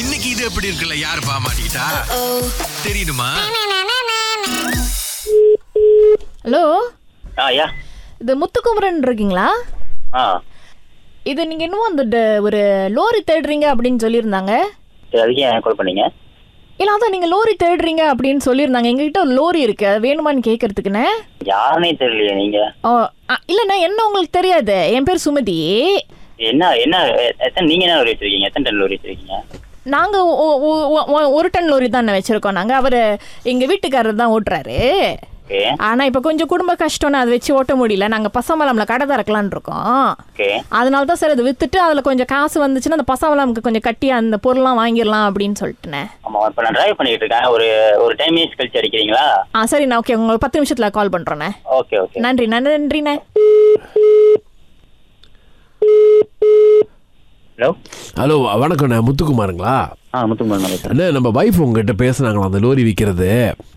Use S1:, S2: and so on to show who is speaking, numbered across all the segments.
S1: இன்னைக்கு இது எப்படி இருக்குல்ல யாரு பாமாட்டா தெரியுமா
S2: ஹலோ
S3: ஆ யா
S2: இது முத்துக்குமரன் இருக்கீங்களா
S3: ஆ
S2: இது நீங்கள் இன்னும் அந்த ட- ஒரு லோரி தேடுறீங்க அப்படின்னு சொல்லியிருந்தாங்க
S3: சரி அதுக்கு ஏன் கால் பண்ணீங்க
S2: இல்லை அதான் நீங்கள் லோரி தேடுறீங்க அப்படின்னு சொல்லியிருந்தாங்க எங்ககிட்ட ஒரு லோரி இருக்கு அது வேணுமான்னு கேட்கறதுக்குண்ணே
S3: யாருன்னே தெரியலையே நீங்க
S2: ஓ அ, இல்லைண்ணே என்ன உங்களுக்கு தெரியாது என் பேர் சுமதி
S3: என்ன என்ன எ- எத்தனை நீங்க என்ன லோரி வச்சிருக்கீங்க எத்தனை டன் லோரி வச்சிருக்கீங்க
S2: நாங்கள் ஒரு டன் லோரி தான் வச்சுருக்கோம் நாங்கள் அவர் எங்கள் வீட்டுக்காரர் தான் ஓட்டுறாரு
S3: ஓகே
S2: ஆனால் இப்போ கொஞ்சம் குடும்ப கஷ்டம்னு அதை வச்சு ஓட்ட முடியல நாங்கள் பசமலம்ல கடை திறக்கலான்னு இருக்கோம்
S3: ஓகே
S2: அதனால தான் சார் அதை வித்துட்டு அதில் கொஞ்சம் காசு வந்துச்சுன்னா அந்த பசவலாமுக்கு கொஞ்சம் கட்டி அந்த பொருள்லாம் வாங்கிடலாம் அப்படின்னு சொல்லிட்டுனே
S3: ஆமா இப்போ நான் டிரைவ் பண்ணிட்டு இருக்கேன் ஒரு ஒரு டென் மினிட்ஸ் கழிச்சு அடிக்கிறீங்களா
S2: ஆ சரி நான் ஓகே உங்களுக்கு பத்து நிமிஷத்தில் கால் பண்ணுறேண்ணே
S3: ஓகே ஓகே
S2: நன்றி நன்றிண்ணே
S3: ஹலோ
S4: ஹலோ வ- வணக்கண்ணே முத்துக்குமாருங்களா
S3: ஆ முத்துக்குமார் நான் பேசுறேன்
S4: அண்ணே நம்ம வைஃப் உங்ககிட்ட பேசுனாங்களா அந்த லோரி விற்கிறது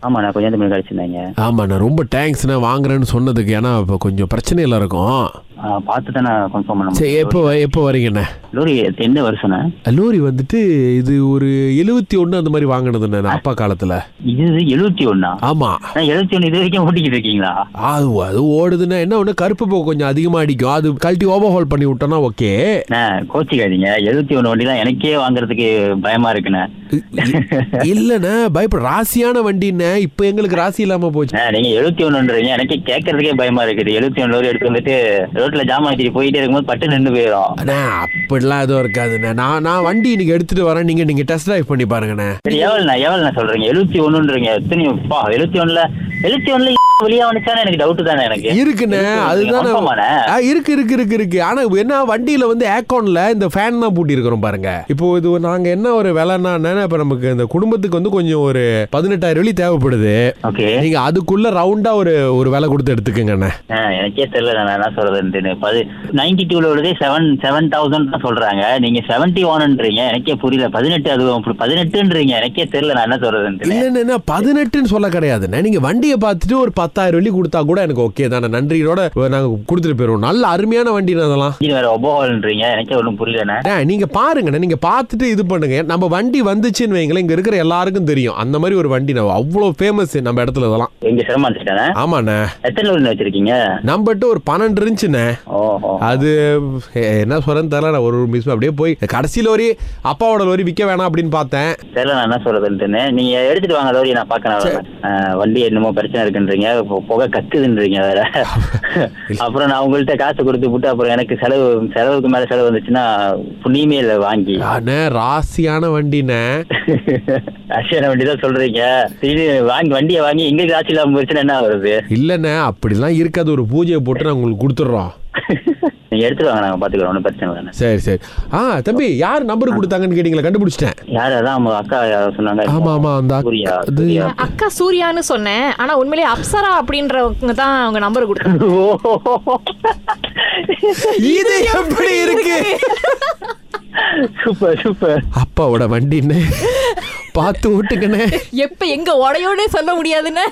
S3: ஆமா நான் கொஞ்சம் மணி கழிச்சிருந்தேங்க
S4: ஆமாண்ணே ரொம்ப தேங்க்ஸ்ண்ணே வாங்குறேன்னு சொன்னதுக்கு ஏன்னா இப்போ கொஞ்சம் பிரச்சனையில் இருக்கும்
S3: ஆ, பார்த்து தான் நான் கன்ஃபார்ம் பண்ண
S4: சரி
S3: முடியும்
S4: எப்போ எப்போ வரீங்கண்ணே
S3: லோரி எந்த வருஷம்ண்ணே
S4: லோரி வந்துட்டு இது ஒரு எழுபத்தி ஒன்று அந்த மாதிரி வாங்கினதுண்ணே நான் அப்பா காலத்தில்
S3: இது எழுபத்தி ஒண்ணா
S4: ஆமாம்
S3: எழுபத்தி ஒன்று இது வரைக்கும் ஓட்டிக்கிட்டு இருக்கீங்களா
S4: அது அது ஓடுதுன்னா என்ன ஒன்று கருப்பு போக்கு கொஞ்சம் அதிகமாக அடிக்கும் அது கழட்டி ஓவர்ஹால் பண்ணி விட்டோன்னா ஓகே
S3: அண்ணே, கோச்சிக்காதீங்க எழுபத்தி ஒன்று வண்டி தான் எனக்கே வாங்குறதுக்கு பயமா இருக்குண்ணே
S4: இல்லைண்ணே பயப்பட ராசியான வண்டிண்ணே இப்போ எங்களுக்கு ராசி இல்லாமல் போச்சு
S3: அண்ணே, நீங்க எழுபத்தி ஒண்ணுன்றீங்க எனக்கு கேட்கறதுக்கே பயமா இருக்குது எழுபத்தி ஒண்ணு லோரி எடுத்து வந்துட்டு ரோட்ல ஜாம் ஆத்திட்டு போயிட்டே இருக்கும்போது பட்டு நின்று போயிடும்
S4: அண்ணா அப்படிலாம் எதுவும் இருக்காதுண்ணே நான் நான் வண்டி இன்னைக்கு எடுத்துட்டு வரேன் நீங்க நீங்க டெஸ்ட் டிரைவ் பண்ணி பாருங்கண்ணே
S3: சரி எவ்வளோண்ணா எவ்வளோண்ணா சொல்றீங்க எழுபத்தி ஒண்ணுன்றீங்க எத்தனை பா எழுபத்தி ஒண்ணுல எழுபத்தி ஒண்ணுல வெளியா வந்துச்சானே எனக்கு டவுட் தானே எனக்கு
S4: இருக்குண்ணே அதுதான் ஆ, இருக்கு இருக்கு இருக்கு இருக்கு ஆனா என்ன வண்டியில வந்து ஏக்கான்ல இந்த ஃபேன் தான் பூட்டி இருக்கிறோம் பாருங்க இப்போ இது நாங்க என்ன ஒரு விலைன்னா இப்ப நமக்கு இந்த குடும்பத்துக்கு வந்து கொஞ்சம் ஒரு பதினெட்டாயிரம் வெளி தேவைப்படுது
S3: ஓகே
S4: நீங்க அதுக்குள்ள ரவுண்டா ஒரு ஒரு விலை கொடுத்து எடுத்துக்கங்கண்ணே
S3: எனக்கே தெரியல நான் என்ன சொல்றதுன்னு பது நைன்டி டூல உள்ளதே செவன் செவன் தௌசண்ட் தான் சொல்றாங்க நீங்க செவன்டி ஒன்ன்றீங்க எனக்கே புரியல பதினெட்டு அது அப்படி பதினெட்டுன்றீங்க எனக்கே தெரியல நான் என்ன சொல்றதுன்னு
S4: இல்லைன்னா பதினெட்டுன்னு சொல்ல கிடையாதுண்ணே நீங்க வண்டியை பார்த்துட்டு ஒரு பத்தாயிரம் வெளி கொடுத்தா கூட எனக்கு ஓகே தானே நன்றியோட நாங்க கொடுத்துட்டு போயிருவோம் நல்ல அருமையான வண்டிண்ணே அதெல்லாம்
S3: இது வேற ஒபோகோல்ன்றீங்க எனக்கே ஒன்றும் புரியலண்ணே
S4: அண்ணா, நீங்க பாருங்கண்ணே நீங்க பார்த்துட்டு இது பண்ணுங்க நம்ம வண்டி வந்துச்சுன்னு வைங்களேன் இங்க இருக்கிற எல்லாருக்கும் தெரியும் அந்த மாதிரி ஒரு வண்டி நம்ம அவ்வளோ ஃபேமஸ் நம்ம இடத்துல இதெல்லாம்
S3: எங்க சிரமத்துட்டானே
S4: ஆமாண்ணே
S3: எத்தனை லோரி வச்சிருக்கீங்க
S4: நம்மகிட்ட ஒரு பன்னெண்டு இருந்துச்சுண்ணே
S3: ஓஹோ
S4: அது எ, என்ன சொல்றேன்னு தெரியல ஒரு மிஸ் அப்படியே போய் கடைசி லோரி அப்பாவோட லோரி விற்க வேணாம் அப்படின்னு பார்த்தேன்
S3: தெரியல நான் என்ன சொல்றதுன்னு நீங்க எடுத்துட்டு வாங்க லோரி நான் பாக்கிறேன் வண்டி என்னமோ பிரச்சனை இருக்குன்றீங்க பு- புகை கக்குதுன்றீங்க வேற அப்புறம் நான் உங்கள்ட்ட காசு கொடுத்து விட்டு அப்புறம் எனக்கு செலவு செலவுக்கு மேல செலவு வந்துச்சுன்னா புண்ணியமே இல்லை வாங்கி
S4: அண்ணே ராசியான வண்டிண்ணே
S3: அசியான வண்டி தான் சொல்றீங்க திடீர்னு வாங்கி வண்டியை வாங்கி எங்க காசு இல்லாம போச்சுன்னா என்ன வருது
S4: இல்லைண்ணே அப்படிலாம் இருக்காது ஒரு பூஜையை போட்டு நான் உங்களுக்கு கொடுத்துட்றோம்
S3: நீங்க எடுத்துட்டு வாங்க நாங்க பாத்துக்கிறோம் ஒன்றும் பிரச்சனை இல்லை
S4: சரி சரி ஆ தம்பி யார் நம்பர் கொடுத்தாங்கன்னு கேட்டீங்களா கண்டுபிடிச்சிட்டேன்
S3: யார் அதான் அவங்க அக்கா யாரோ சொன்னாங்க
S4: ஆமா ஆமா அந்த
S3: சூர்யா,
S4: அக்கா- அது-
S3: சூர்யா.
S2: அக்கா சூர்யான்னு சொன்னேன் ஆனால் உண்மையிலேயே அப்சரா அப்படின்றவங்க தான் அவங்க நம்பர் கொடுத்தாங்க
S4: இது எப்படி இருக்கு
S3: சூப்பர் சூப்பர்
S4: அப்பாவோட வண்டின்னு பார்த்து விட்டுக்கண்ணே
S2: எப்போ எங்கே உடையோடே சொல்ல முடியாதுன்னு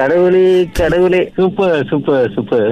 S3: கடவுளே கடவுளே சூப்பர் சூப்பர் சூப்பர்